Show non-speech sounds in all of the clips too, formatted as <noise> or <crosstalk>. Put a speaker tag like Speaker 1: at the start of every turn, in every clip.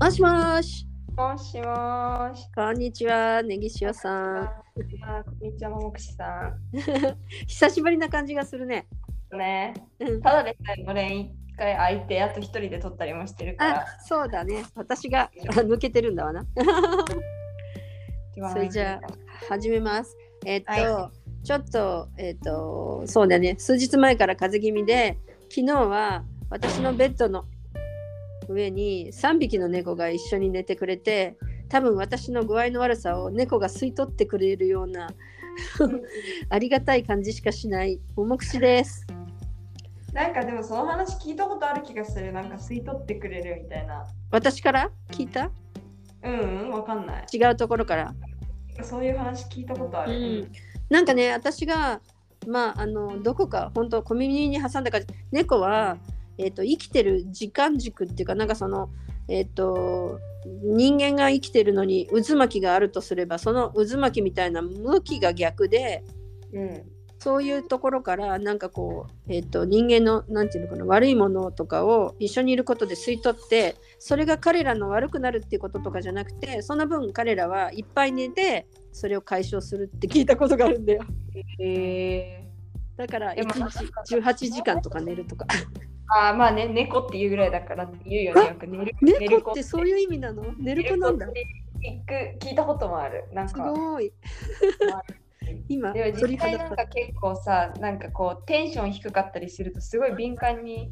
Speaker 1: もしもし。
Speaker 2: もしもし。
Speaker 1: こんにちは、根岸よさん。
Speaker 2: あ、こんにちは、ももくしさ
Speaker 1: 久しぶりな感じがするね。
Speaker 2: ん。ね。
Speaker 1: うん。
Speaker 2: ただでさえ5連一回空いて、あと一人で撮ったりもしてるか
Speaker 1: あ
Speaker 2: ら。、
Speaker 1: そうだね。私が抜けてるんだわな。
Speaker 2: 一番
Speaker 1: それじゃ始めます。えっと、
Speaker 2: は
Speaker 1: ちょっと、えっと、そうだね。数日前から風邪気味で、昨日は私のベッドの上に3匹の猫が一緒に寝てくれて、多分私の具合の悪さを猫が吸い取ってくれるよう <laughs> なありがたい感じしかしない重くしです。
Speaker 2: なんかでもその話聞いたことある気がする。なんか吸い取ってくれるみたいな。
Speaker 1: 私から聞いた
Speaker 2: うん、うん、わかんない。
Speaker 1: 違うところから。
Speaker 2: そういう話聞いたことある。
Speaker 1: うんなんかね私がまああのどこか本当コミュニに挟んだか猫は、えっと生きてる時間軸っていうかなんかそのえっ、と人間が生きてるのに渦巻きがあるとすればその渦巻きみたいな向きが逆で
Speaker 2: うん。
Speaker 1: そういうところからなんかこう、えっと人間のなんていうのかな悪いものとかを一緒にいることで吸い取ってそれが彼らの悪くなるっていうこととかじゃなくてその分彼らはいっぱい寝てそれを解消するって聞いたことがあるんだよ
Speaker 2: え
Speaker 1: だから
Speaker 2: で
Speaker 1: 1
Speaker 2: も
Speaker 1: 日18時間とか寝るとか
Speaker 2: あーまあね、猫っていうぐらいだからって言うよね。よく寝る <laughs> 寝る
Speaker 1: 猫
Speaker 2: 子
Speaker 1: ってそういう意味なの寝る子なんだ
Speaker 2: 寝る子って聞く聞いたこともある。なん
Speaker 1: す
Speaker 2: か。
Speaker 1: ご
Speaker 2: <laughs>
Speaker 1: い今
Speaker 2: でも
Speaker 1: 鳥
Speaker 2: 実際
Speaker 1: 肌
Speaker 2: なん
Speaker 1: 立
Speaker 2: か結構さなんかこうテンション低かったりするとすごい敏感に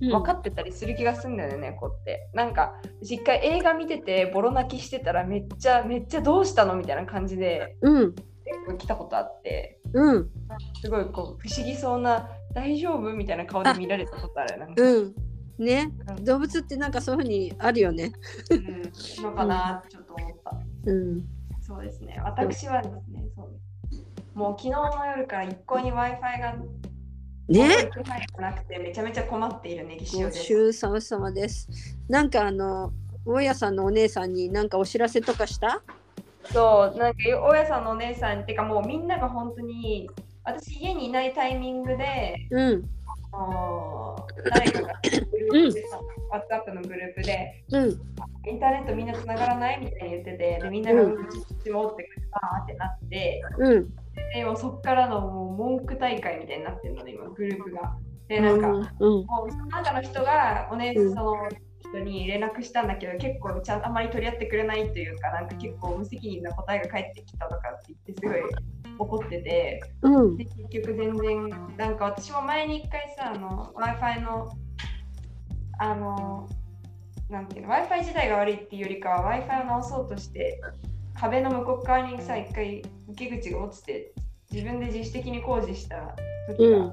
Speaker 1: つ
Speaker 2: 分かってたりする気がするんだよね、猫ってなんか実家映画見ててボロ泣きしてたらめっちゃめっちゃどうしたのみたいな感じで
Speaker 1: うん
Speaker 2: 結構来たことあって
Speaker 1: うん
Speaker 2: すごいこう不思議そうな大丈夫みたいな顔で見られたことあるなんか、
Speaker 1: うんね
Speaker 2: うん
Speaker 1: 動物ってなんかそういうふうにあるよね
Speaker 2: うん、のかなってちょっと思った
Speaker 1: うん
Speaker 2: そうですね私はですねそうもう昨日の夜から一向に w i f i が
Speaker 1: ね
Speaker 2: 入ってなくてめちゃめちゃ困っているねぎし
Speaker 1: ご
Speaker 2: おです
Speaker 1: 愁傷様です。なんかあの大家さんのお姉さんになんかお知らせとかした？
Speaker 2: そう、なんか大家さんのお姉さんってかもうみんなが本当に私家にいないタイミングで
Speaker 1: うん
Speaker 2: あの誰かがグループでさ、WhatsApp のグループで
Speaker 1: うん
Speaker 2: インターネットみんな繋がらないみたいに言っててでみんながうちちもってバーってなって
Speaker 1: うん。
Speaker 2: でもうそっからのもう文句大会みたいになってるのね今グループが。でなんか、
Speaker 1: うん
Speaker 2: もうその中の人がお姉さ
Speaker 1: うん
Speaker 2: んその人に連絡したんだけど、結構ちゃんあまり取り合ってくれないというかなんか結構無責任な答えが返ってきたとかって言ってすごい怒ってて
Speaker 1: うん
Speaker 2: で結局全然なんか私も前に一回さあの w i f i のあのなんていうの w i f i 自体が悪いっていうよりかは w i f i を直そうとして壁の向こう側にさ一回受け口が落ちて自分で自主的に工事した時が。
Speaker 1: うん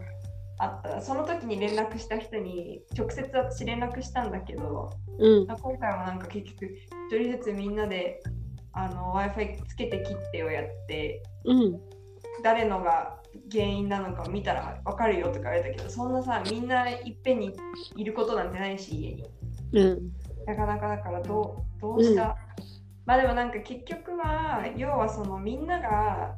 Speaker 2: あったその時に連絡した人に直接私連絡したんだけど
Speaker 1: うん
Speaker 2: 今回はなんか結局一人ずつみんなで w i f i つけて切ってをやって
Speaker 1: うん
Speaker 2: 誰のが原因なのかを見たら分かるよとか言われたけどそんなさみんないっぺんにいることなんてないし家に
Speaker 1: うん
Speaker 2: なかなかだからどうどうした、まあでもなんか結局は要はそのみんなが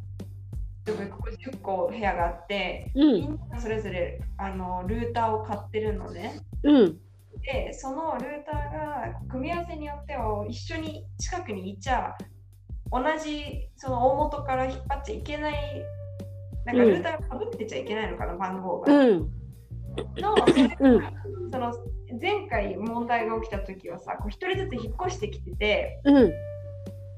Speaker 2: 例えばここ10個部屋があって
Speaker 1: う
Speaker 2: み
Speaker 1: ん
Speaker 2: んなそれぞれあのルーターを買ってるのね。
Speaker 1: うん
Speaker 2: で、そのルーターが組み合わせによっては一緒に近くにいちゃ同じその大元から引っ張っちゃいけない、なんか
Speaker 1: うん
Speaker 2: ルーターがかぶってちゃいけないのかな、番号が。
Speaker 1: うん
Speaker 2: の、
Speaker 1: <laughs>
Speaker 2: それが
Speaker 1: うん
Speaker 2: その前回問題が起きた時はさ、こう一人ずつ引っ越してきてて、
Speaker 1: うん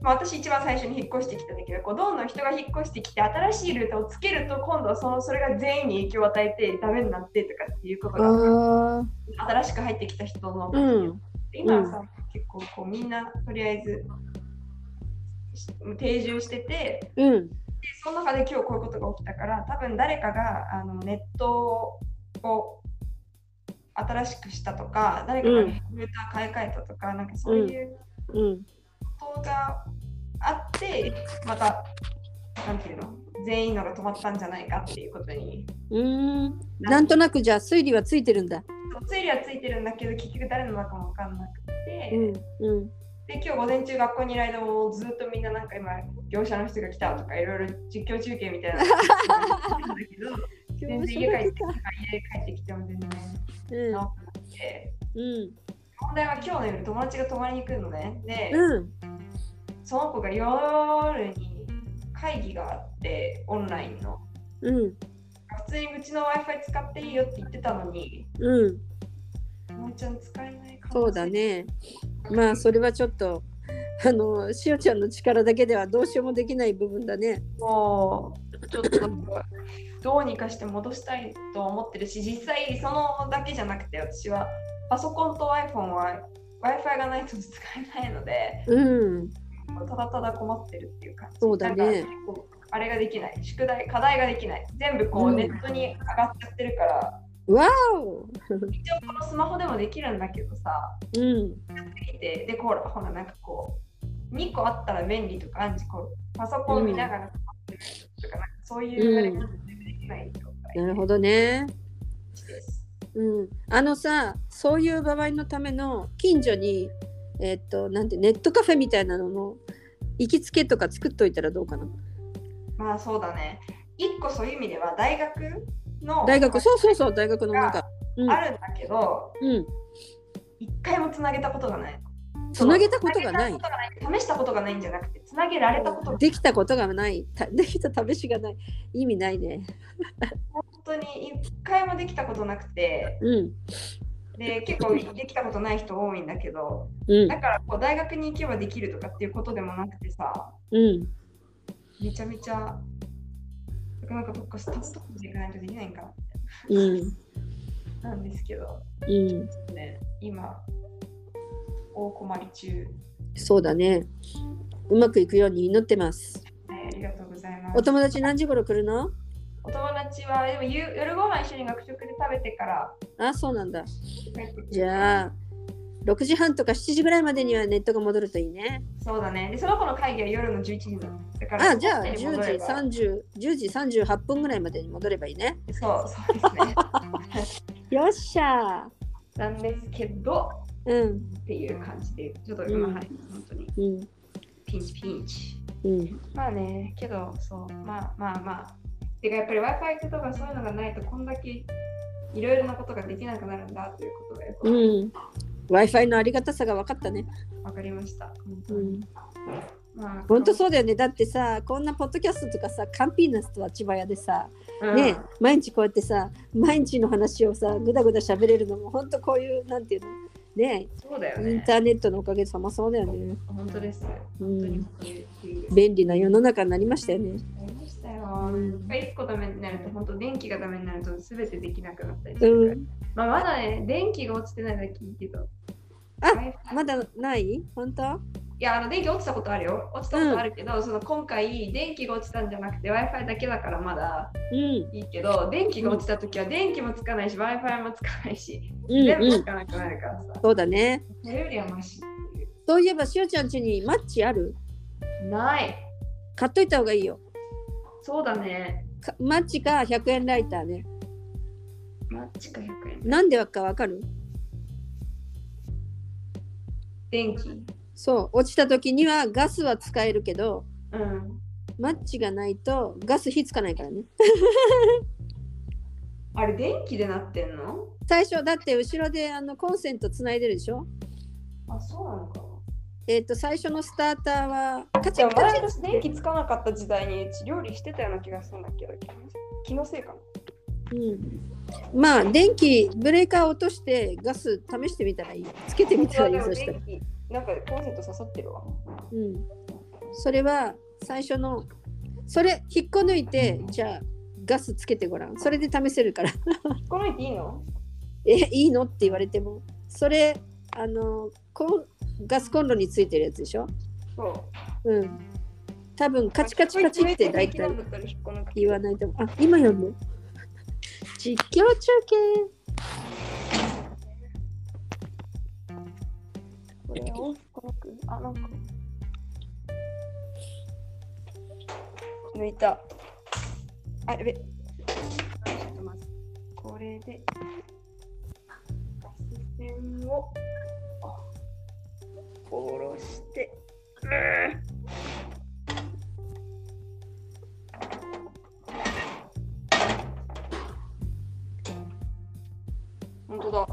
Speaker 2: まあ、私一番最初に引っ越してきたんだけどこうどんどん人が引っ越してきて新しいルートをつけると今度はそのそれが全員に影響を与えてダメになってとかっていうことが
Speaker 1: あ
Speaker 2: 新しく入ってきた人の、
Speaker 1: ーうん
Speaker 2: 今はさ結構こうみんなとりあえずし定住してて
Speaker 1: うん
Speaker 2: でその中で今日こういうことが起きたから多分誰かがあのネットを新しくしたとか誰かが
Speaker 1: う
Speaker 2: ル
Speaker 1: ん
Speaker 2: ーター買い替えたとか、なんかそういう。
Speaker 1: うん
Speaker 2: ことがあってまたなんていうの全員のが止まったんじゃないかっていうことに
Speaker 1: うんなんとなくじゃあ推理はついてるんだ。
Speaker 2: 推理はついてるんだけど結局誰の中も分かんなくて、
Speaker 1: うんうん
Speaker 2: で今日午前中学校にいる間もずっとみんななんか今業者の人が来たとかいろいろ実況中継みた
Speaker 1: <laughs>
Speaker 2: いなのなんだけど全然家帰って家帰ってきても全然
Speaker 1: うん
Speaker 2: 治ってなくて
Speaker 1: うん
Speaker 2: 問題は今日の夜友達が泊まりに来るのね。で、
Speaker 1: うん。
Speaker 2: その子が夜に会議があって、オンラインの。
Speaker 1: うん。
Speaker 2: 普通にうちの Wi-Fi 使っていいよって言ってたのに、
Speaker 1: うん。
Speaker 2: もうちゃん使えないかも
Speaker 1: そうだ。ね。まあ、それはちょっと。あの、しおちゃんの力だけではどうしようもできない部分だね。
Speaker 2: もう、ちょっと、どうにかして戻したいと思ってるし、実際そのだけじゃなくて、私はパソコンと iPhone は Wi-Fi がないと使えないので、
Speaker 1: うん。
Speaker 2: ただただ困ってるっていう感じ。
Speaker 1: そうだ
Speaker 2: なん
Speaker 1: ね
Speaker 2: か。こうあれができない、宿題、課題ができない。全部こ
Speaker 1: う
Speaker 2: うんネットに上がっちゃってるから、
Speaker 1: わお。
Speaker 2: 一応このスマホでもできるんだけどさ、
Speaker 1: うん。
Speaker 2: 見てでほらほらなんかこう2個あったら便利とかあんじこうパソコン見ながらとか,、なんかそういう流れができないとか
Speaker 1: なるほどね。
Speaker 2: です、
Speaker 1: うん。あのさ、そういう場合のための近所に。えっと、なんてネットカフェみたいなのの。行きつけとか作っといたらどうかな。
Speaker 2: まあそうだね1個そういう意味では大学の
Speaker 1: 大学、そうそうそう、大学の中。うん。
Speaker 2: あるんだけど
Speaker 1: うん。
Speaker 2: 1回もつなげたことがない
Speaker 1: つなげたことがない
Speaker 2: つ。なげたことがない試したことがないんじゃなくてつなげられたことが
Speaker 1: できたことがない。たできた試しがない。意味ないね。
Speaker 2: 本当に1回もできたことなくて
Speaker 1: うん。
Speaker 2: で結構できたことない人多いんだけど
Speaker 1: うん
Speaker 2: だ。からこう大学に行けばできるとかっていうことでもなくてさ
Speaker 1: うん。
Speaker 2: めちゃめちゃ、なんかどっかしたことでいかないとできないんかな
Speaker 1: うん。
Speaker 2: なんですけど、
Speaker 1: うん。
Speaker 2: ね、今、大困り中、
Speaker 1: そうだね。うまくいくように祈ってます。
Speaker 2: はいありがとうございま
Speaker 1: お
Speaker 2: す。
Speaker 1: 友達何時頃来るの
Speaker 2: お友達はでも夕夜ご飯一緒に学食で食べてから
Speaker 1: あ、そうなんだ。
Speaker 2: 帰ってくる
Speaker 1: じゃあ、6時半とか7時ぐらいまでにはネットが戻るといいね。
Speaker 2: そうだね。で、その子の会議は夜の11時だだから、
Speaker 1: あ、じゃあ
Speaker 2: そ
Speaker 1: 10
Speaker 2: っち
Speaker 1: 時
Speaker 2: に戻れば
Speaker 1: 30、10時38分ぐらいまでに戻ればいいね。
Speaker 2: そう、そうですね。
Speaker 1: よっしゃー。
Speaker 2: なんですけど、
Speaker 1: うん。
Speaker 2: っていう感じで、ちょっと今、
Speaker 1: うん
Speaker 2: はい、本当に
Speaker 1: うん。
Speaker 2: ピンチピンチ。
Speaker 1: うん。
Speaker 2: まあね、けど、そう、まあまあまあ。てか、やっぱり Wi-Fi とかそういうのがないと、こんだけいろいろなことができなくなるんだということがよく
Speaker 1: うん。Wi-Fi のありがたさが分かったね。
Speaker 2: わかりました。本当
Speaker 1: う
Speaker 2: に。
Speaker 1: ん。
Speaker 2: まあ、
Speaker 1: 本当そうだよね。だってさ、こんなポッドキャストとかさ、カンピーナスとは千葉屋でさ、
Speaker 2: うん
Speaker 1: ね、毎日こうやってさ毎日の話をさぐだぐだ喋れるのも本当こういうなんていうのね
Speaker 2: そうだよ
Speaker 1: イン
Speaker 2: ね。
Speaker 1: ターネットのおかげさまそうだよね、
Speaker 2: 本当です。
Speaker 1: う
Speaker 2: 本当に
Speaker 1: ん、
Speaker 2: 本当にっていう。
Speaker 1: 便利な世の中になりましたよね
Speaker 2: ありました
Speaker 1: う
Speaker 2: よ。
Speaker 1: ん、
Speaker 2: 一個ダメになると、本当電気がダメになると、すべてできなくなったりする
Speaker 1: う
Speaker 2: から。
Speaker 1: ん、
Speaker 2: まあ、まだね、電気が落ちてないだけいいけど。
Speaker 1: あ
Speaker 2: Wi-Fi
Speaker 1: まだない本当
Speaker 2: いや、あの電気落ちたことあるよ。落ちたことあるけど、その今回、電気が落ちたんじゃなくて、Wi-Fi だけだからまだ
Speaker 1: うん
Speaker 2: いいけど、電気が落ちたときは電気もつかないし、Wi-Fi もつかないし、
Speaker 1: うん
Speaker 2: 全部
Speaker 1: う
Speaker 2: つ
Speaker 1: ん
Speaker 2: かなくなるからさ。
Speaker 1: そうだね
Speaker 2: それよりはマシってい
Speaker 1: そういえばしおちゃん家にマッチある
Speaker 2: う。ない。
Speaker 1: 買っといた方がいいよ
Speaker 2: そうだね。
Speaker 1: かマッチか100円ライターね
Speaker 2: マッチか100円。
Speaker 1: なんでかわかる
Speaker 2: 電気。
Speaker 1: そう落ちた時にはガスは使えるけど
Speaker 2: うん。
Speaker 1: マッチがないとガス火つかないからね
Speaker 2: あれ、電気でなってんの
Speaker 1: 最初だって後ろであのコンセントつないでるでしょ
Speaker 2: あ、そうなのかな。
Speaker 1: えっ、と最初のスターターはカチ
Speaker 2: じゃ
Speaker 1: ッ
Speaker 2: あ、
Speaker 1: カチ
Speaker 2: 前
Speaker 1: ッ
Speaker 2: 私電気つかなかった時代にうち料理してたような気がするんだけど、気の気のせいかな。
Speaker 1: うん、まあ電気ブレーカー落としてガス試してみたらいいつけてみたらいい
Speaker 2: 本当
Speaker 1: そ
Speaker 2: は
Speaker 1: した
Speaker 2: で
Speaker 1: ら
Speaker 2: も、電気なんかコンセント刺さってるわ。
Speaker 1: うん、それは最初のそれ引っこ抜いてじゃあガスつけてごらんそれで試せるから <laughs>
Speaker 2: このいいの
Speaker 1: えいいのって言われてもそれあのコンガスコンロについてるやつでしょ
Speaker 2: そう。
Speaker 1: うん多分カチカチカチって大体言わ
Speaker 2: い。
Speaker 1: ないと思う。あ、今読む。実況中継。
Speaker 2: これは大きくなく、あ、なんか。抜いた。あ、やべ。ちょっと待ってこれで。ガス線を。あ下ろして。本当だ。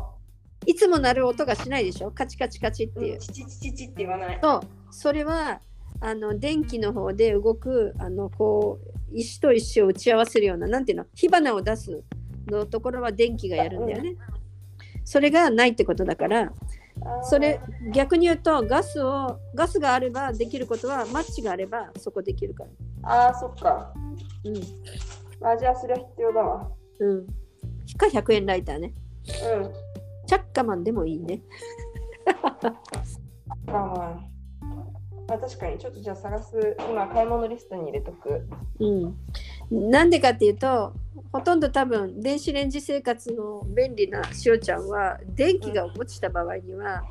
Speaker 1: いつも鳴る音がしないでしょカチカチカチっていう。
Speaker 2: チチチチチって言わない。
Speaker 1: そうそれはあの電気の方で動くあのこう石と石を打ち合わせるようななんていうの火花を出すのところは電気がやるんだよね。それがないってことだからそれ逆に言うとガスをガスがあればできることはマッチがあればそこできるから。
Speaker 2: あーあー、そっか。
Speaker 1: うん
Speaker 2: まあ、じゃあそれは必要だわ。
Speaker 1: うん、か100円ライターね。
Speaker 2: う
Speaker 1: チャッカマンでもいいね。
Speaker 2: ん。まあまあ。まあ、確かに、ちょっとじゃあ探す。今、買い物リストに入れとく。
Speaker 1: うん、なんでかっていうとほとんど多分電子レンジ生活の便利なしおちゃんは電気が落ちた場合には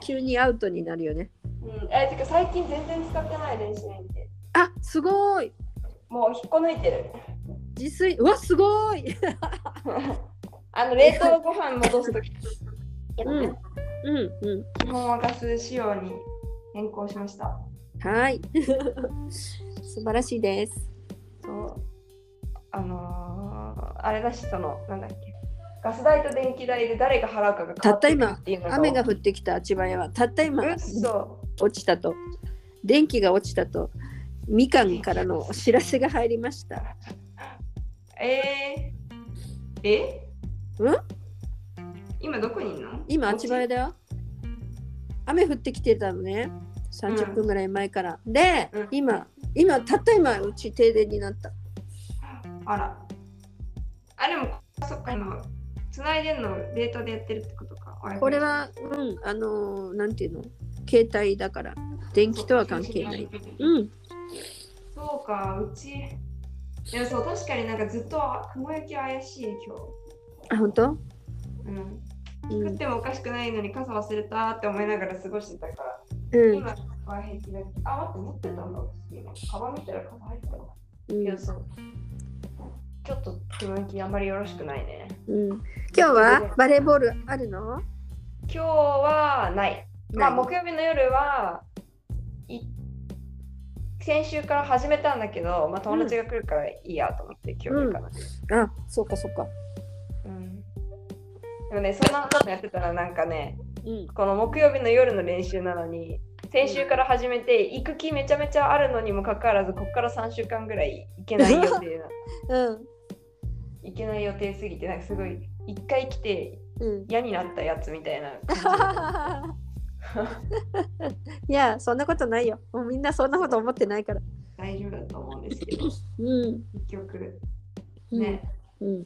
Speaker 1: 急にアウトになるよね。
Speaker 2: うん。えー、てか最近全然使ってない電子レンジ。
Speaker 1: あすごい
Speaker 2: もう引っこ抜いてる。
Speaker 1: 自炊うわすごい
Speaker 2: あの、冷凍ご飯戻す <laughs> とき。けどね
Speaker 1: うんうんうん
Speaker 2: 基本はガス仕様に変更しました。
Speaker 1: はい <laughs> 素晴らしいです。
Speaker 2: そう。あのー、あれだし、その、なんだっけ。ガス代と電気代で誰が払うかが変わってくるっていうの
Speaker 1: 雨が降ってきた千葉屋はたった今
Speaker 2: うっそ。
Speaker 1: 落ちたと電気が落ちたとみかんからのお知らせが入りました。
Speaker 2: えー、え
Speaker 1: うん
Speaker 2: 今どこにいるの
Speaker 1: 今、あちばやだよ。雨降ってきてたのね。30分ぐらい前から。で、
Speaker 2: うん
Speaker 1: 今、今、たった今、うち停電になった。
Speaker 2: あら。あ、でも、そっか、今、つないでんのデータでやってるってことか。
Speaker 1: これは、うん、あのーなんていうの携帯だから、電気とは関係ない。。うん、
Speaker 2: そうか、うち。いや、そう、確かになんかずっと雲行き怪しい、今
Speaker 1: あ、本当
Speaker 2: 日。うん。
Speaker 1: う
Speaker 2: 降っ
Speaker 1: ん、
Speaker 2: てもおかしくないのに傘忘れたって思いながら過ごしてたから。
Speaker 1: うん、
Speaker 2: 今は平気だけど。あ、待って、持ってたんだ。私今、カバン見たら傘入ってたわ。
Speaker 1: うん
Speaker 2: いや、そう。ちょっと雲行きあんまりよろしくないね。
Speaker 1: うん。今日はバレーボールあるの
Speaker 2: 今日はない。まあ、
Speaker 1: ない
Speaker 2: 木曜日の夜は、い先週から始めたんだけど、まあ、友達が来るからいいやと思って、今日いいかな。
Speaker 1: あ、そうか、そうか。
Speaker 2: うんでもね、そんなことやってたら、なんかね、
Speaker 1: うん、
Speaker 2: この木曜日の夜の練習なのに、先週から始めて、行く気めちゃめちゃあるのにもかかわらず、ここから3週間ぐらい行けない予定 <laughs> な、
Speaker 1: うん、
Speaker 2: 行けない予定すぎて、なんかすごい、一回来て
Speaker 1: うん。 <laughs>
Speaker 2: 嫌になったやつみたいな感じ。
Speaker 1: いや、そんなことないよ。もうみんなそんなこと思ってないから。
Speaker 2: 大丈夫だと思うんですけど、
Speaker 1: うん、
Speaker 2: 結局、
Speaker 1: うん
Speaker 2: ね、
Speaker 1: うん。
Speaker 2: もう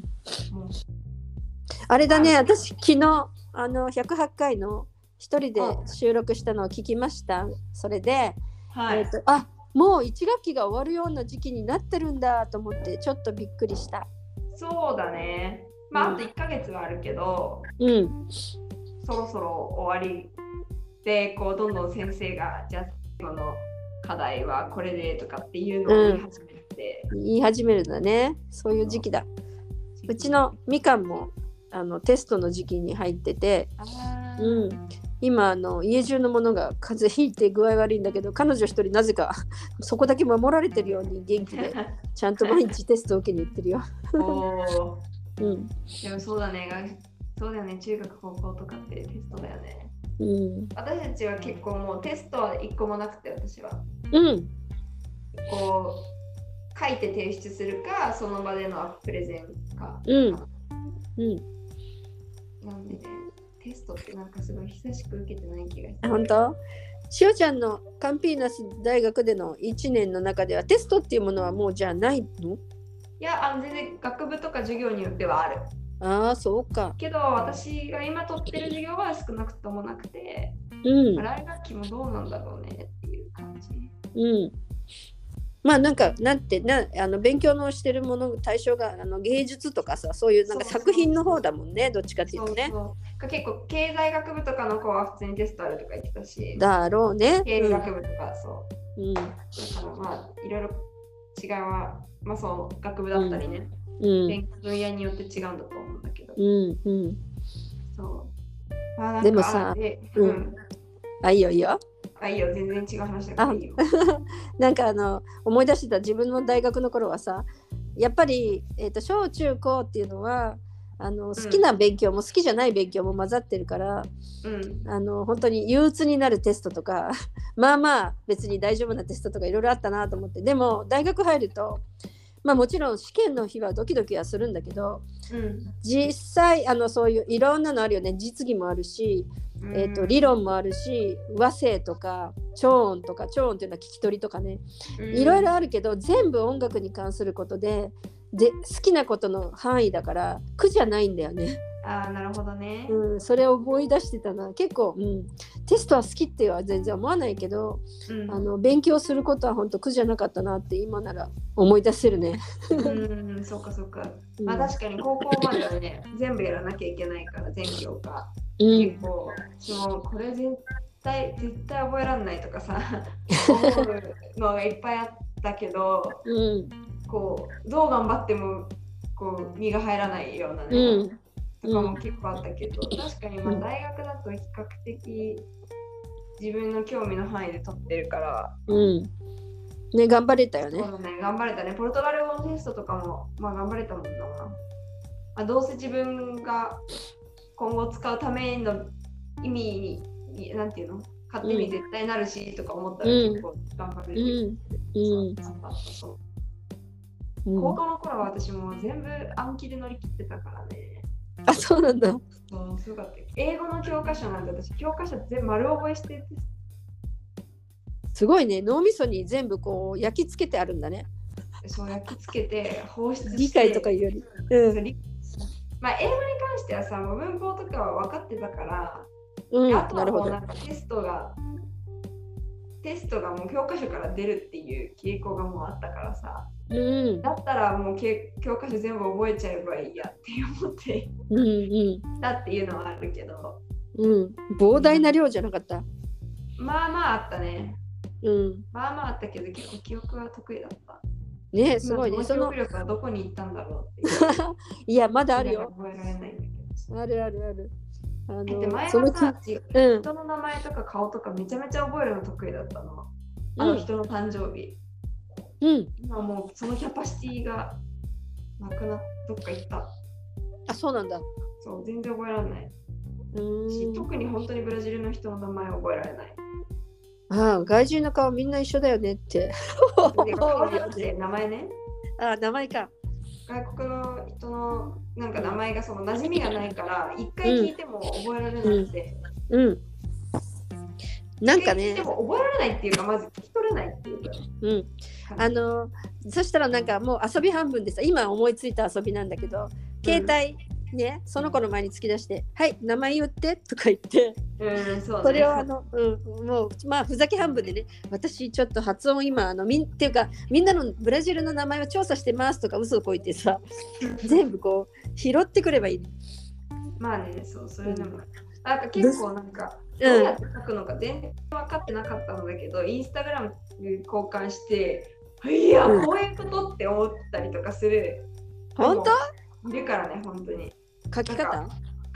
Speaker 1: あれだね、私昨日あの108回の一人で
Speaker 2: うん
Speaker 1: 収録したのを聞きました。それで、
Speaker 2: は
Speaker 1: えーとあもう1学期が終わるような時期になってるんだと思ってちょっとびっくりした。
Speaker 2: そうだね。まあ、
Speaker 1: うん
Speaker 2: あと1ヶ月はあるけど、
Speaker 1: うん、
Speaker 2: そろそろ終わりで、こう、どんどん先生が、じゃあ、今の課題はこれでとかっていうのを言い始めて、
Speaker 1: 言い始めるんだね。そういう時期だ。うちのみかんもあのテストの時期に入ってて、
Speaker 2: あー、
Speaker 1: うん、今あの家中のものが風邪ひいて具合悪いんだけど彼女一人なぜかそこだけ守られてるように元気 <laughs> でちゃんと毎日テスト受けに行ってるよ。
Speaker 2: <laughs> おー
Speaker 1: うん
Speaker 2: でもそうだねがそうだよね中学高校とかってテストだよね
Speaker 1: うん、
Speaker 2: 私たちは結構もうテストは1個もなくて私は
Speaker 1: うん、
Speaker 2: こう書いて提出するかその場でのプレゼンか
Speaker 1: うん、うん、
Speaker 2: なんでねテストってなんかすごい久しく受けてない気がして
Speaker 1: 本当しおちゃんのカンピーナス大学での1年の中ではテストっていうものはもうじゃあないの
Speaker 2: いやあの全然学部とか授業によってはある
Speaker 1: ああそうか
Speaker 2: けど私が今取ってる授業は少なくともなくて
Speaker 1: うん
Speaker 2: 来学期もどうなんだろうねっていう感じ
Speaker 1: うんまあなんかなんてなあの勉強のしてるもの対象があの芸術とかさそういうなんか
Speaker 2: そうそう
Speaker 1: 作品の方だもんねどっちかってい
Speaker 2: そうう
Speaker 1: とね
Speaker 2: そう結構経済学部とかの子は普通にテストあるとか言ってたし
Speaker 1: だろうね
Speaker 2: 経理学部とかそう
Speaker 1: うん
Speaker 2: だからまあいろいろ違いはまあそう学部だったりね、
Speaker 1: うん
Speaker 2: 勉強分野によって違うんだと思うんだけど、
Speaker 1: うんうん
Speaker 2: そうまあなんか
Speaker 1: でもさ
Speaker 2: あで
Speaker 1: う
Speaker 2: うんん、
Speaker 1: あいいよいいよ
Speaker 2: あいいよ全然違う話だからいいよ
Speaker 1: なんかあの思い出してた自分の大学の頃はさやっぱり、えー、と小中高っていうのはあの好きな勉強も好きじゃない勉強も混ざってるから、
Speaker 2: うん。
Speaker 1: あの本当に憂鬱になるテストとか <laughs> まあまあ別に大丈夫なテストとかいろいろあったなと思ってでも大学入るとまあもちろん試験の日はドキドキはするんだけど実際あのそういういろんなのあるよね実技もあるし、
Speaker 2: うん。
Speaker 1: えー、と理論もあるし和声とか超音とか超音っていうのは聞き取りとかね
Speaker 2: うん、
Speaker 1: いろいろあるけど全部音楽に関することでで好きなことの範囲だから苦じゃないんだよね。
Speaker 2: ああ、なるほどね。
Speaker 1: うん、それを思い出してたな結構、うん、テストは好きっては全然思わないけど、
Speaker 2: うん。
Speaker 1: あの勉強することは本当苦じゃなかったなって今なら思い出せるね。
Speaker 2: うん、そうかそうか。
Speaker 1: うん
Speaker 2: まあ確かに高校まではね、全部やらなきゃいけないから、全教科。
Speaker 1: うん
Speaker 2: 結構、私もこれ絶対、絶対覚えらんないとかさ、 <laughs> 思うのがいっぱいあったけど、
Speaker 1: うん
Speaker 2: こう、どう頑張っても、こう、身が入らないようなね。
Speaker 1: うん
Speaker 2: とかも結構あったけど、確かにまあ大学だと比較的自分の興味の範囲で取ってるから、
Speaker 1: うんね頑張れたよ
Speaker 2: そう
Speaker 1: ね。
Speaker 2: だね、頑張れたね。ポルトガル語のテストとかも、まあ頑張れたもんな。まあ、どうせ自分が今後使うための意味に、なんていうの勝手に絶対なるしとか思ったら
Speaker 1: うん
Speaker 2: 結構頑張れ
Speaker 1: う
Speaker 2: る。
Speaker 1: んうん
Speaker 2: そうそうそう
Speaker 1: うん
Speaker 2: 高校の頃は私もう全部暗記で乗り切ってたからね。
Speaker 1: あそうなんだ。
Speaker 2: そうすごかったよ英語の教科書なんて私教科書全部丸覚えしてて
Speaker 1: すごいね脳みそに全部こう焼き付けてあるんだね。
Speaker 2: そう焼き付けて放出して
Speaker 1: 理解とかいうより。うん
Speaker 2: 理まあ英語に関してはさもう文法とかは分かってたから、
Speaker 1: うん
Speaker 2: あと
Speaker 1: な
Speaker 2: は
Speaker 1: る
Speaker 2: も
Speaker 1: ほ
Speaker 2: う
Speaker 1: ど
Speaker 2: な。んかテストがテストがもう教科書から出るっていう傾向がもうあったからさ
Speaker 1: うん
Speaker 2: だったらもうけ教科書全部覚えちゃえばいいやって思って <laughs>
Speaker 1: うんうん
Speaker 2: たっていうのはあるけど
Speaker 1: うん膨大な量じゃなかった。
Speaker 2: まあまああったね
Speaker 1: うん
Speaker 2: まあまああったけど結構記憶は得意だった
Speaker 1: ねすごいね
Speaker 2: 今
Speaker 1: そ
Speaker 2: その
Speaker 1: の
Speaker 2: 記憶力はどこに行ったんだろうっていう
Speaker 1: いやま <laughs> だあるよ。
Speaker 2: 覚えられないんだけど
Speaker 1: あるあるある。あの
Speaker 2: で前
Speaker 1: その
Speaker 2: は
Speaker 1: 気
Speaker 2: さ
Speaker 1: うん、
Speaker 2: 人の名前とか顔とかめちゃめちゃ覚えるの得意だったの。あ
Speaker 1: う
Speaker 2: の
Speaker 1: ん、
Speaker 2: 人の誕生日。
Speaker 1: うん、
Speaker 2: 今もうそのキャパシティがなくなっどっか行った。
Speaker 1: あ、そうなんだ。
Speaker 2: そう、全然覚えられないうし、
Speaker 1: ーん。
Speaker 2: 特に本当にブラジルの人の名前覚えら
Speaker 1: <laughs>
Speaker 2: れない。
Speaker 1: ああ、外人の顔みんな一緒だよねって。
Speaker 2: で顔じゃなくて名前ね。
Speaker 1: ああ、名前か。
Speaker 2: 外国の人のなんか名前がその馴染みがないから、一回聞いても覚えられなくて、
Speaker 1: うん。なんか
Speaker 2: 一回聞い
Speaker 1: ね、
Speaker 2: ても覚えられないっていうか、まず聞き取れないっていうか。
Speaker 1: うん。あの、そしたらなんかもう遊び半分でさ、今思いついた遊びなんだけど、携帯、ね、その子の前に突き出して「はい名前言って」とか言って
Speaker 2: うん、そう、ね。
Speaker 1: それをあの、うん、もうまあふざけ半分でね私ちょっと発音今あのみんっていうかみんなのブラジルの名前を調査してますとか嘘をこいて <laughs> さ全部こう拾ってくればいい。
Speaker 2: まあね、そう、それでも。なんか結構なんか、どうやって書くのか全然分かってなかったんだけど、インスタグラム交換して、いや、
Speaker 1: うん
Speaker 2: こういうことって思ったりとかする。
Speaker 1: 本当
Speaker 2: 当いるからね、本当に。
Speaker 1: 書き
Speaker 2: な
Speaker 1: 方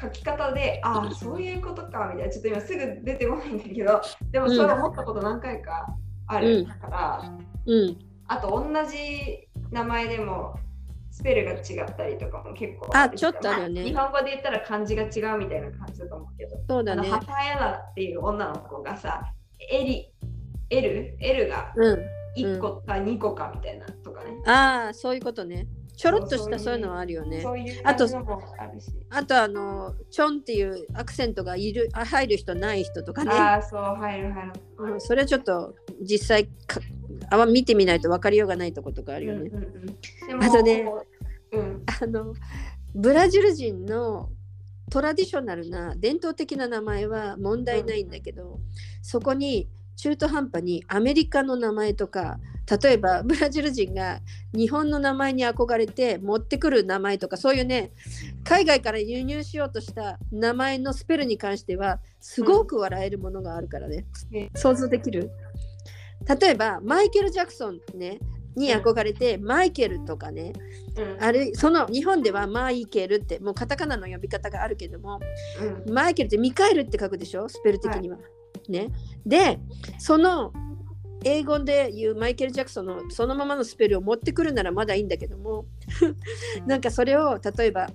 Speaker 2: 書き方で、ああ、そういうことか、みたいな。ちょっと今すぐ出てこないんだけど、でもそれ思ったこと何回かある、
Speaker 1: うん
Speaker 2: から、
Speaker 1: うん。
Speaker 2: あと同じ名前でも、スペルが違ったりとかも結構るし
Speaker 1: あちょっとあるよね
Speaker 2: ま日本語で言ったら漢字が違うみたいな感じだと思うけど。
Speaker 1: そう
Speaker 2: あ
Speaker 1: だ
Speaker 2: の
Speaker 1: ね。
Speaker 2: ハタエナっていう女の子がさ、エリ、エル、エルが
Speaker 1: う
Speaker 2: 1個か2個かみたいなとかね。
Speaker 1: ん。ああ、そういうことね。ちょろっとした
Speaker 2: そ
Speaker 1: そう
Speaker 2: そういう
Speaker 1: ういうのはあるよね
Speaker 2: そ。ういう
Speaker 1: あと
Speaker 2: 感じのもあるし。
Speaker 1: あとあの、チョンっていうアクセントがいる、あ入る人ない人とかね。
Speaker 2: ああ、そう、入る入る。
Speaker 1: うんそれはちょっと実際かあま見てみないと分かりようがないとことかあるよ
Speaker 2: うん
Speaker 1: ね。
Speaker 2: うんうんで
Speaker 1: あとね。
Speaker 2: うん、
Speaker 1: あの、ブラジル人のトラディショナルな伝統的な名前は問題ないんだけど、そこに中途半端にアメリカの名前とか例えばブラジル人が日本の名前に憧れて持ってくる名前とかそういうね海外から輸入しようとした名前のスペルに関してはすごく笑えるものがあるからね、
Speaker 2: うん
Speaker 1: 想像できる例えばマイケル・ジャクソン、ね、に憧れてマイケルとかね
Speaker 2: うん、
Speaker 1: あるその日本ではマイケルってもうカタカナの呼び方があるけども
Speaker 2: うん、
Speaker 1: マイケルってミカエルって書くでしょスペル的には。ね、でその英語で言うマイケル・ジャクソンのそのままのスペルを持ってくるならまだいいんだけどもなんかそれを例えば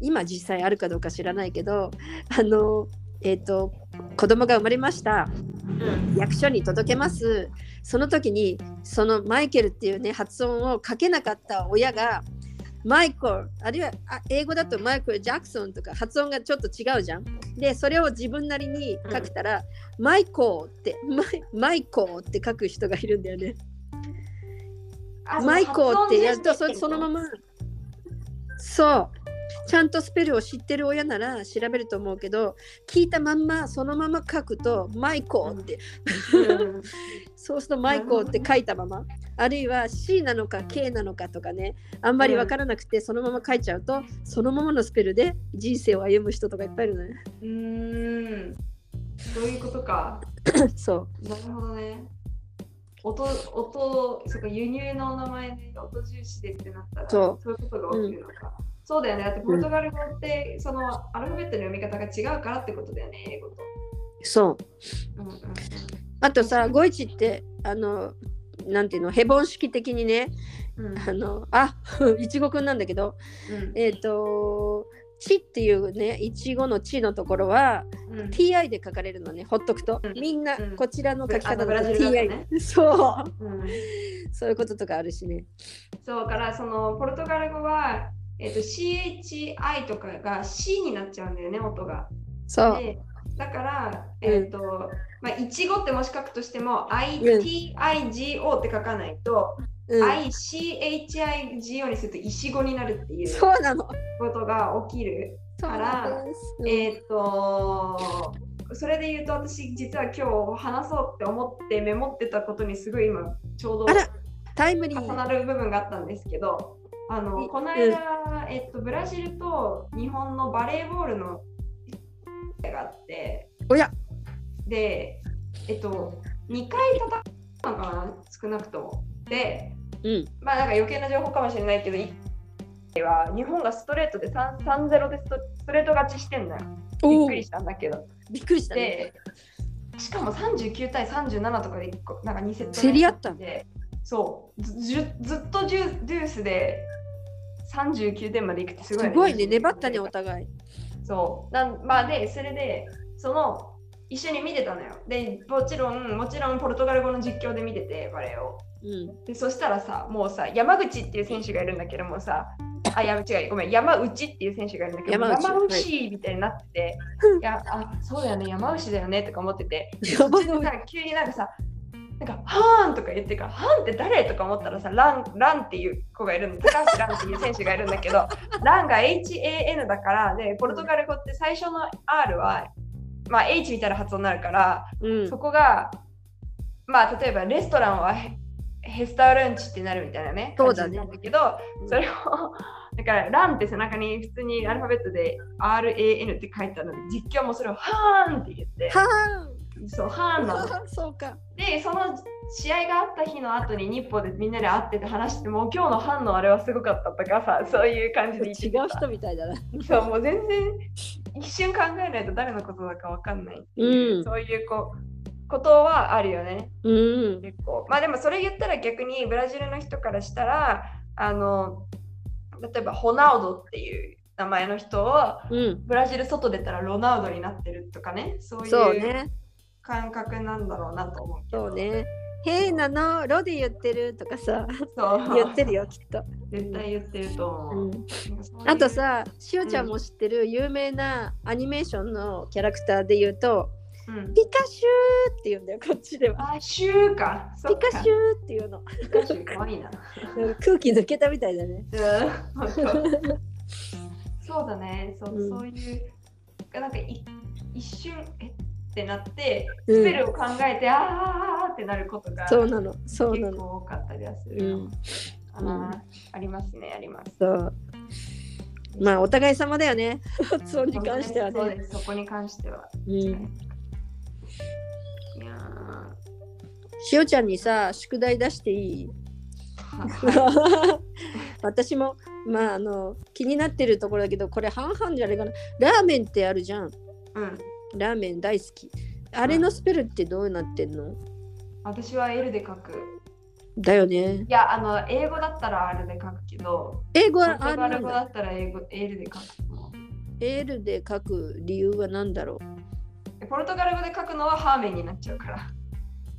Speaker 1: 今実際あるかどうか知らないけどあのえっ、と子供が生まれました
Speaker 2: うん。
Speaker 1: 役所に届けますその時にそのマイケルっていうね発音をかけなかった親がマイコルあるいはあ英語だとマイクル・ジャクソンとか発音がちょっと違うじゃん。でそれを自分なりに書けたら、マイコーってマイマイコーって書く人がいるんだよね。
Speaker 2: あ
Speaker 1: マイコーってやるとそそのま。
Speaker 2: 発音
Speaker 1: まそうちゃんとスペルを知ってる親なら調べると思うけど聞いたまんまそのまま書くとマイコーって
Speaker 2: 重視してるうん
Speaker 1: そうするとマイコーって書いたまま、あるいは C なのか K なのかとかね、あんまりわからなくてそのまま書いちゃうと、そのままのスペルで人生を歩む人とかいっぱいいる
Speaker 2: <laughs>
Speaker 1: のね。
Speaker 2: うーん。そういうことか。
Speaker 1: そう。
Speaker 2: なるほどね。音、音、そっか、輸入のお名前で音重視でってなったら、
Speaker 1: そう
Speaker 2: いうことが起きるのか。そうだよね。だってポルトガル語って、そのアルファベットの読み方が違うからってことだよね、英語と。
Speaker 1: そう。
Speaker 2: うんうんうん
Speaker 1: あとさ、五一って、あの、なんていうの、ヘボン式的にね、
Speaker 2: うん
Speaker 1: あの、あ <laughs> いちごくんなんだけど、
Speaker 2: うん
Speaker 1: えっ、と、ちっていうね、いちごのちのところは、
Speaker 2: うん
Speaker 1: TI で書かれるのね、ほっとくと。
Speaker 2: うん
Speaker 1: みんな
Speaker 2: うん、
Speaker 1: こちらの書き方だ
Speaker 2: あブラ
Speaker 1: と
Speaker 2: ジルだと
Speaker 1: TI、
Speaker 2: ね
Speaker 1: そう。
Speaker 2: うん
Speaker 1: そういうこととかあるしね。
Speaker 2: そうだからそのポルトガル語は、えっと CHI とかが C になっちゃうんだよね音が。
Speaker 1: そう。
Speaker 2: でだから、えっとまあ、いちごってもし書くとしても ITIGO って書かないと、
Speaker 1: うん
Speaker 2: ICHIGO にするといしごになるっていう
Speaker 1: そうなの。
Speaker 2: ことが起きる。
Speaker 1: そうなんですうん
Speaker 2: えっとそれで言うと私実は今日話そうって思ってメモってたことにすごい今ちょうど
Speaker 1: あらタイムリ
Speaker 2: 重
Speaker 1: ー。
Speaker 2: なる部分があったんですけど、あ
Speaker 1: い
Speaker 2: のこの間、えっと、ブラジルと日本のバレーボールのがあって、
Speaker 1: おや、
Speaker 2: で、えっと、2回戦ったのかな、少なくとも。で、
Speaker 1: うん、
Speaker 2: まあなんか余計な情報かもしれないけど、1回は日本がストレートで3 3-0でストストレート勝ちしてんのよ。び
Speaker 1: お
Speaker 2: っ
Speaker 1: お
Speaker 2: くりしたんだけど。
Speaker 1: びっくりしたね。
Speaker 2: で、しかも39対37とかで1個、なんか2セット目
Speaker 1: 競り合ったの
Speaker 2: でそうずずずっとジュデュースで39点までいくってす
Speaker 1: す
Speaker 2: ごい,、
Speaker 1: ごいね、粘ったね、お互い。
Speaker 2: そうなんまあでそれでその一緒に見てたのよでもちろんもちろんポルトガル語の実況で見ててバレーを
Speaker 1: うん。
Speaker 2: でそしたらさもうさ山口っていう選手がいるんだけどもさあや違うごめん山内っていう選手がいるんだけど
Speaker 1: 山内
Speaker 2: 山内みたいになってて、いやあそうだよね山内だよねとか思ってて
Speaker 1: やばい
Speaker 2: 途中でさ急になんかさ、なんか、ハーンとか言ってから、ハーンって誰とか思ったらさ、ラン、ランっていう子がいるんだ、高橋ランっていう選手がいるんだけど、 <laughs> ランが HAN だから、で、ポルトガル語って最初の R は、まあ、H みたいな発音になるから、
Speaker 1: うん
Speaker 2: そ。こが、まあ、例えばレストランはヘヘスターランチってなるみたいなね、
Speaker 1: そうだね
Speaker 2: 感じなんだけど、それを、 <laughs> だから、ランって背中に普通にアルファベットで RAN って書いてあるので、実況もそれをハーンって言って、
Speaker 1: は
Speaker 2: そう、ハーンなの。
Speaker 1: あ。 <laughs> そうか。
Speaker 2: でその試合があった日の後に日報でみんなで会ってて話してもう今日の班のあれはすごかったとかさそういう感じ
Speaker 1: 違
Speaker 2: で
Speaker 1: う
Speaker 2: 言ってた
Speaker 1: 人みたいだな。
Speaker 2: そうもう全然一瞬考えないと誰のことだかわかんないっていう、
Speaker 1: うん
Speaker 2: そういうこうことはあるよね
Speaker 1: うん。
Speaker 2: 結構まあでもそれ言ったら逆にブラジルの人からしたらあの例えばホナウドっていう名前の人を
Speaker 1: うん。
Speaker 2: ブラジル外出たらロナウドになってるとかねそう
Speaker 1: そう
Speaker 2: いう
Speaker 1: ね。
Speaker 2: 感覚なんだろうなと思うけど
Speaker 1: そうね。へいなの、ロディ言ってるとかさ、
Speaker 2: そう
Speaker 1: 言ってるよ、きっと。
Speaker 2: 絶対言ってると思う。
Speaker 1: うん
Speaker 2: なんかそういう
Speaker 1: あと、さ、しおちゃんも知ってる有名なアニメーションのキャラクターで言うと、
Speaker 2: うん、
Speaker 1: ピカシューって言うんだよ、こっちでは。
Speaker 2: あ、シューか。
Speaker 1: ピカシ
Speaker 2: ュ
Speaker 1: ューっていうの。
Speaker 2: ー。ピカシューかわいい
Speaker 1: な
Speaker 2: な。
Speaker 1: んか空気抜けたみたいだね。
Speaker 2: うん、本当そうだね。そう、
Speaker 1: うん
Speaker 2: そういう。なんかい一瞬、えってなって、
Speaker 1: うん
Speaker 2: スペルを考えて、あーってなることが
Speaker 1: そう
Speaker 2: 結
Speaker 1: なの、そうなの。
Speaker 2: 構多かったりはす
Speaker 1: う
Speaker 2: るよ。
Speaker 1: ん、
Speaker 2: あーありますね、あります。
Speaker 1: そう。まあ、お互い様だよ <laughs> ね。発音に関しては
Speaker 2: そうで
Speaker 1: ね。
Speaker 2: すそこに関しては。
Speaker 1: うん。
Speaker 2: いやー
Speaker 1: しおちゃんにさ、宿題出してい <laughs> い <laughs> 私も、まあ、あの、気になってるところだけど、これ半々じゃないかな。ラーメンってあるじゃん。
Speaker 2: うん。
Speaker 1: ラーメン大好き。あれのスペルってどうなってんの
Speaker 2: 私は L で書く。
Speaker 1: だよね。
Speaker 2: いや、あの、英語だったら R で書くけど、
Speaker 1: 英語
Speaker 2: ポ
Speaker 1: は
Speaker 2: ルト
Speaker 1: R
Speaker 2: ガ
Speaker 1: な
Speaker 2: ル
Speaker 1: ん
Speaker 2: 語
Speaker 1: だ。
Speaker 2: だったら英語 L で書くと思う。
Speaker 1: L で書く理由は何だろう
Speaker 2: ポルトガル語で書くのはハーメンになっちゃうから。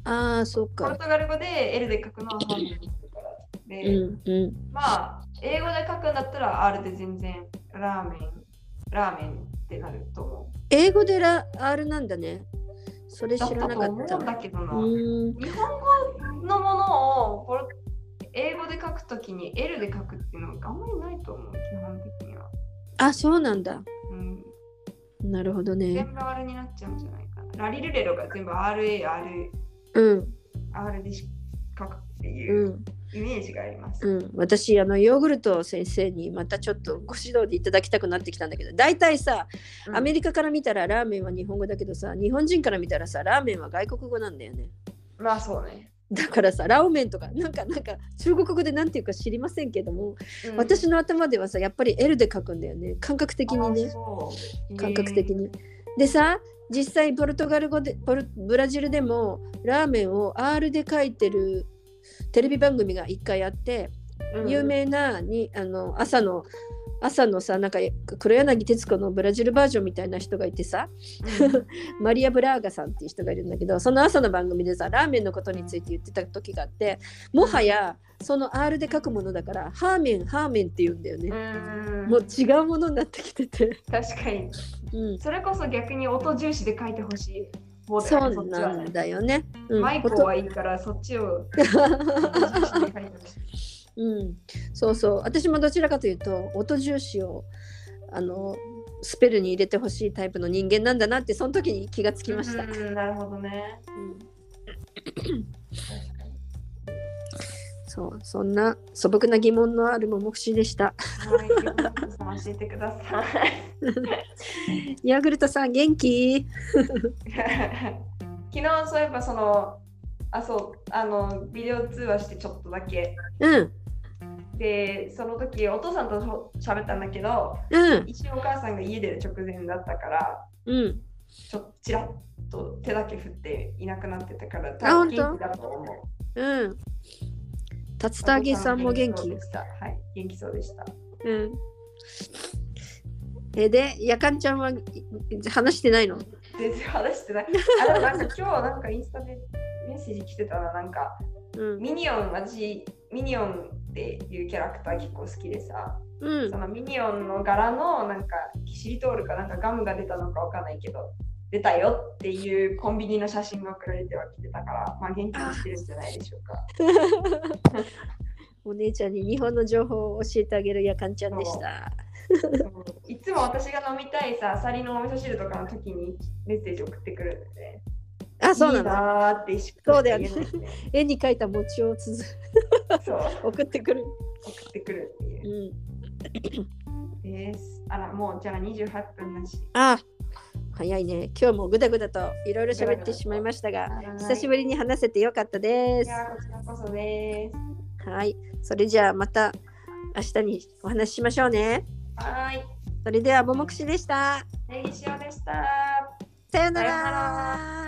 Speaker 1: ああ、そう
Speaker 2: ポル
Speaker 1: か。
Speaker 2: トガル語で L で書くのはハーメンになっちゃうから。
Speaker 1: う
Speaker 2: で、
Speaker 1: んう
Speaker 2: まあ、英語で書くんだったら R で全然ラーメン、ラーメンってなると思う。
Speaker 1: ん。英語でラ R なんだね。それ
Speaker 2: だっ
Speaker 1: 知ら
Speaker 2: た
Speaker 1: な
Speaker 2: と
Speaker 1: か
Speaker 2: 思
Speaker 1: った
Speaker 2: うん。だけどな。
Speaker 1: うん
Speaker 2: 日本語のものをポル英語で書くときに L で書くっていうのがあんまりないと思う、基本的には。
Speaker 1: あ、そうなんだ。
Speaker 2: うん、
Speaker 1: なるほどね。
Speaker 2: 全部 R になっちゃうんじゃないかな。ラリルレロが全部 RA、R、
Speaker 1: うん、、
Speaker 2: R でし書くっていううんイメージがあります。
Speaker 1: うん。私、あの、ヨーグルト先生にまたちょっとご指導でいただきたくなってきたんだけど、大体さ、アメ
Speaker 2: リ
Speaker 1: リカから見たらラーメンは日本語だけどさ、日本人から見たらさ、ラーメンは外国語なんだよね。
Speaker 2: カまあそうね。
Speaker 1: だからさ、ラーメンとか、なんか、なんか、中国語でなんていうか知りませんけども、
Speaker 2: うん
Speaker 1: 私の頭ではさ、やっぱり L で書くんだよね。感覚的にね。
Speaker 2: あそう
Speaker 1: 感覚的に
Speaker 2: へ
Speaker 1: でさ実際ポルトガル語でポルブラジルでもラーメンを R で書いてるテレビ番組が1回あって
Speaker 2: えうん
Speaker 1: 有名なにあの朝の朝のさなんか黒柳徹子のブラジルバージョンみたいな人がいてさ
Speaker 2: うん
Speaker 1: マリア・ブラーガさんっていう人がいるんだけどその朝の番組でさラーメンのことについて言ってた時があってもはやその R で書くものだからハーメンハーメンって言うんだよね。
Speaker 2: うん
Speaker 1: もう違うものになってきてて。
Speaker 2: 確かに。
Speaker 1: うん
Speaker 2: それこそ逆に音重視で書いてほしい方だ
Speaker 1: そ
Speaker 2: よ
Speaker 1: う
Speaker 2: ね。そっちは
Speaker 1: なん
Speaker 2: ね
Speaker 1: だよね。うん
Speaker 2: マイク
Speaker 1: 音
Speaker 2: はいいからそっ
Speaker 1: <laughs>
Speaker 2: ちを
Speaker 1: うん、そうそう私もどちらかというと音重視をあのスペルに入れてほしいタイプの人間なんだなってその時に気がつきました、
Speaker 2: うんなるほどね。
Speaker 1: うんそうそんな素朴な疑問のあるも目視でした
Speaker 2: はい、よかったら教えてください。 <laughs>
Speaker 1: ヤーグルトさん元気
Speaker 2: 昨日そういえばそのあそうあのビデオ通話してちょっとだけ
Speaker 1: うん
Speaker 2: でその時お父さんとしょ喋ったんだけど
Speaker 1: うん
Speaker 2: 一応お母さんが家出る直前だったから
Speaker 1: うん
Speaker 2: ちょっとちらっと手だけ振っていなくなってたから
Speaker 1: あ
Speaker 2: 多
Speaker 1: 本
Speaker 2: 分
Speaker 1: 当
Speaker 2: 元気だと思う。
Speaker 1: うん竜田揚げさんも元気
Speaker 2: でした。はい、元気そうでした。
Speaker 1: うんえでやかんちゃんはい話してないの
Speaker 2: 全然話してない。あでもなんか今日なんかインスタでメッセージ来てたな、なんか
Speaker 1: うん
Speaker 2: ミニオン、私、ミニオンっていうキャラクター結構好きでさ、
Speaker 1: うん
Speaker 2: そのミニオンの柄のなんかキシリトールかなんかガムが出たのかわかんないけど、出たよっていうコンビニの写真が送られては来てたから、まあ元気にしてるんじゃないでしょうか。
Speaker 1: お姉ちゃんに日本の情報を教えてあげるやかんちゃんでした。
Speaker 2: そういつも私が飲みたいさ、アサリのお味噌汁とかの時にメッセージ送ってくるんで、ね、
Speaker 1: あ、そうない
Speaker 2: い
Speaker 1: の。
Speaker 2: なーって意識
Speaker 1: そうだよね
Speaker 2: して言えないね
Speaker 1: 絵に描いた餅をつづ
Speaker 2: そう、
Speaker 1: 送ってくる。
Speaker 2: 送ってくるっていう
Speaker 1: う。ん。
Speaker 2: です。あら、もうじゃあ28分だし。
Speaker 1: あ、早いね。今日もぐだぐだといろいろ喋ってしまいましたが、久しぶ
Speaker 2: り
Speaker 1: りに話せてよかったで
Speaker 2: い
Speaker 1: す。
Speaker 2: やー、こちらこそです。
Speaker 1: はい。それじゃあまた明日にお話ししましょうね。
Speaker 2: はーい。
Speaker 1: それではももくしでした。
Speaker 2: ネギ塩でした。
Speaker 1: さような
Speaker 2: さような
Speaker 1: ら。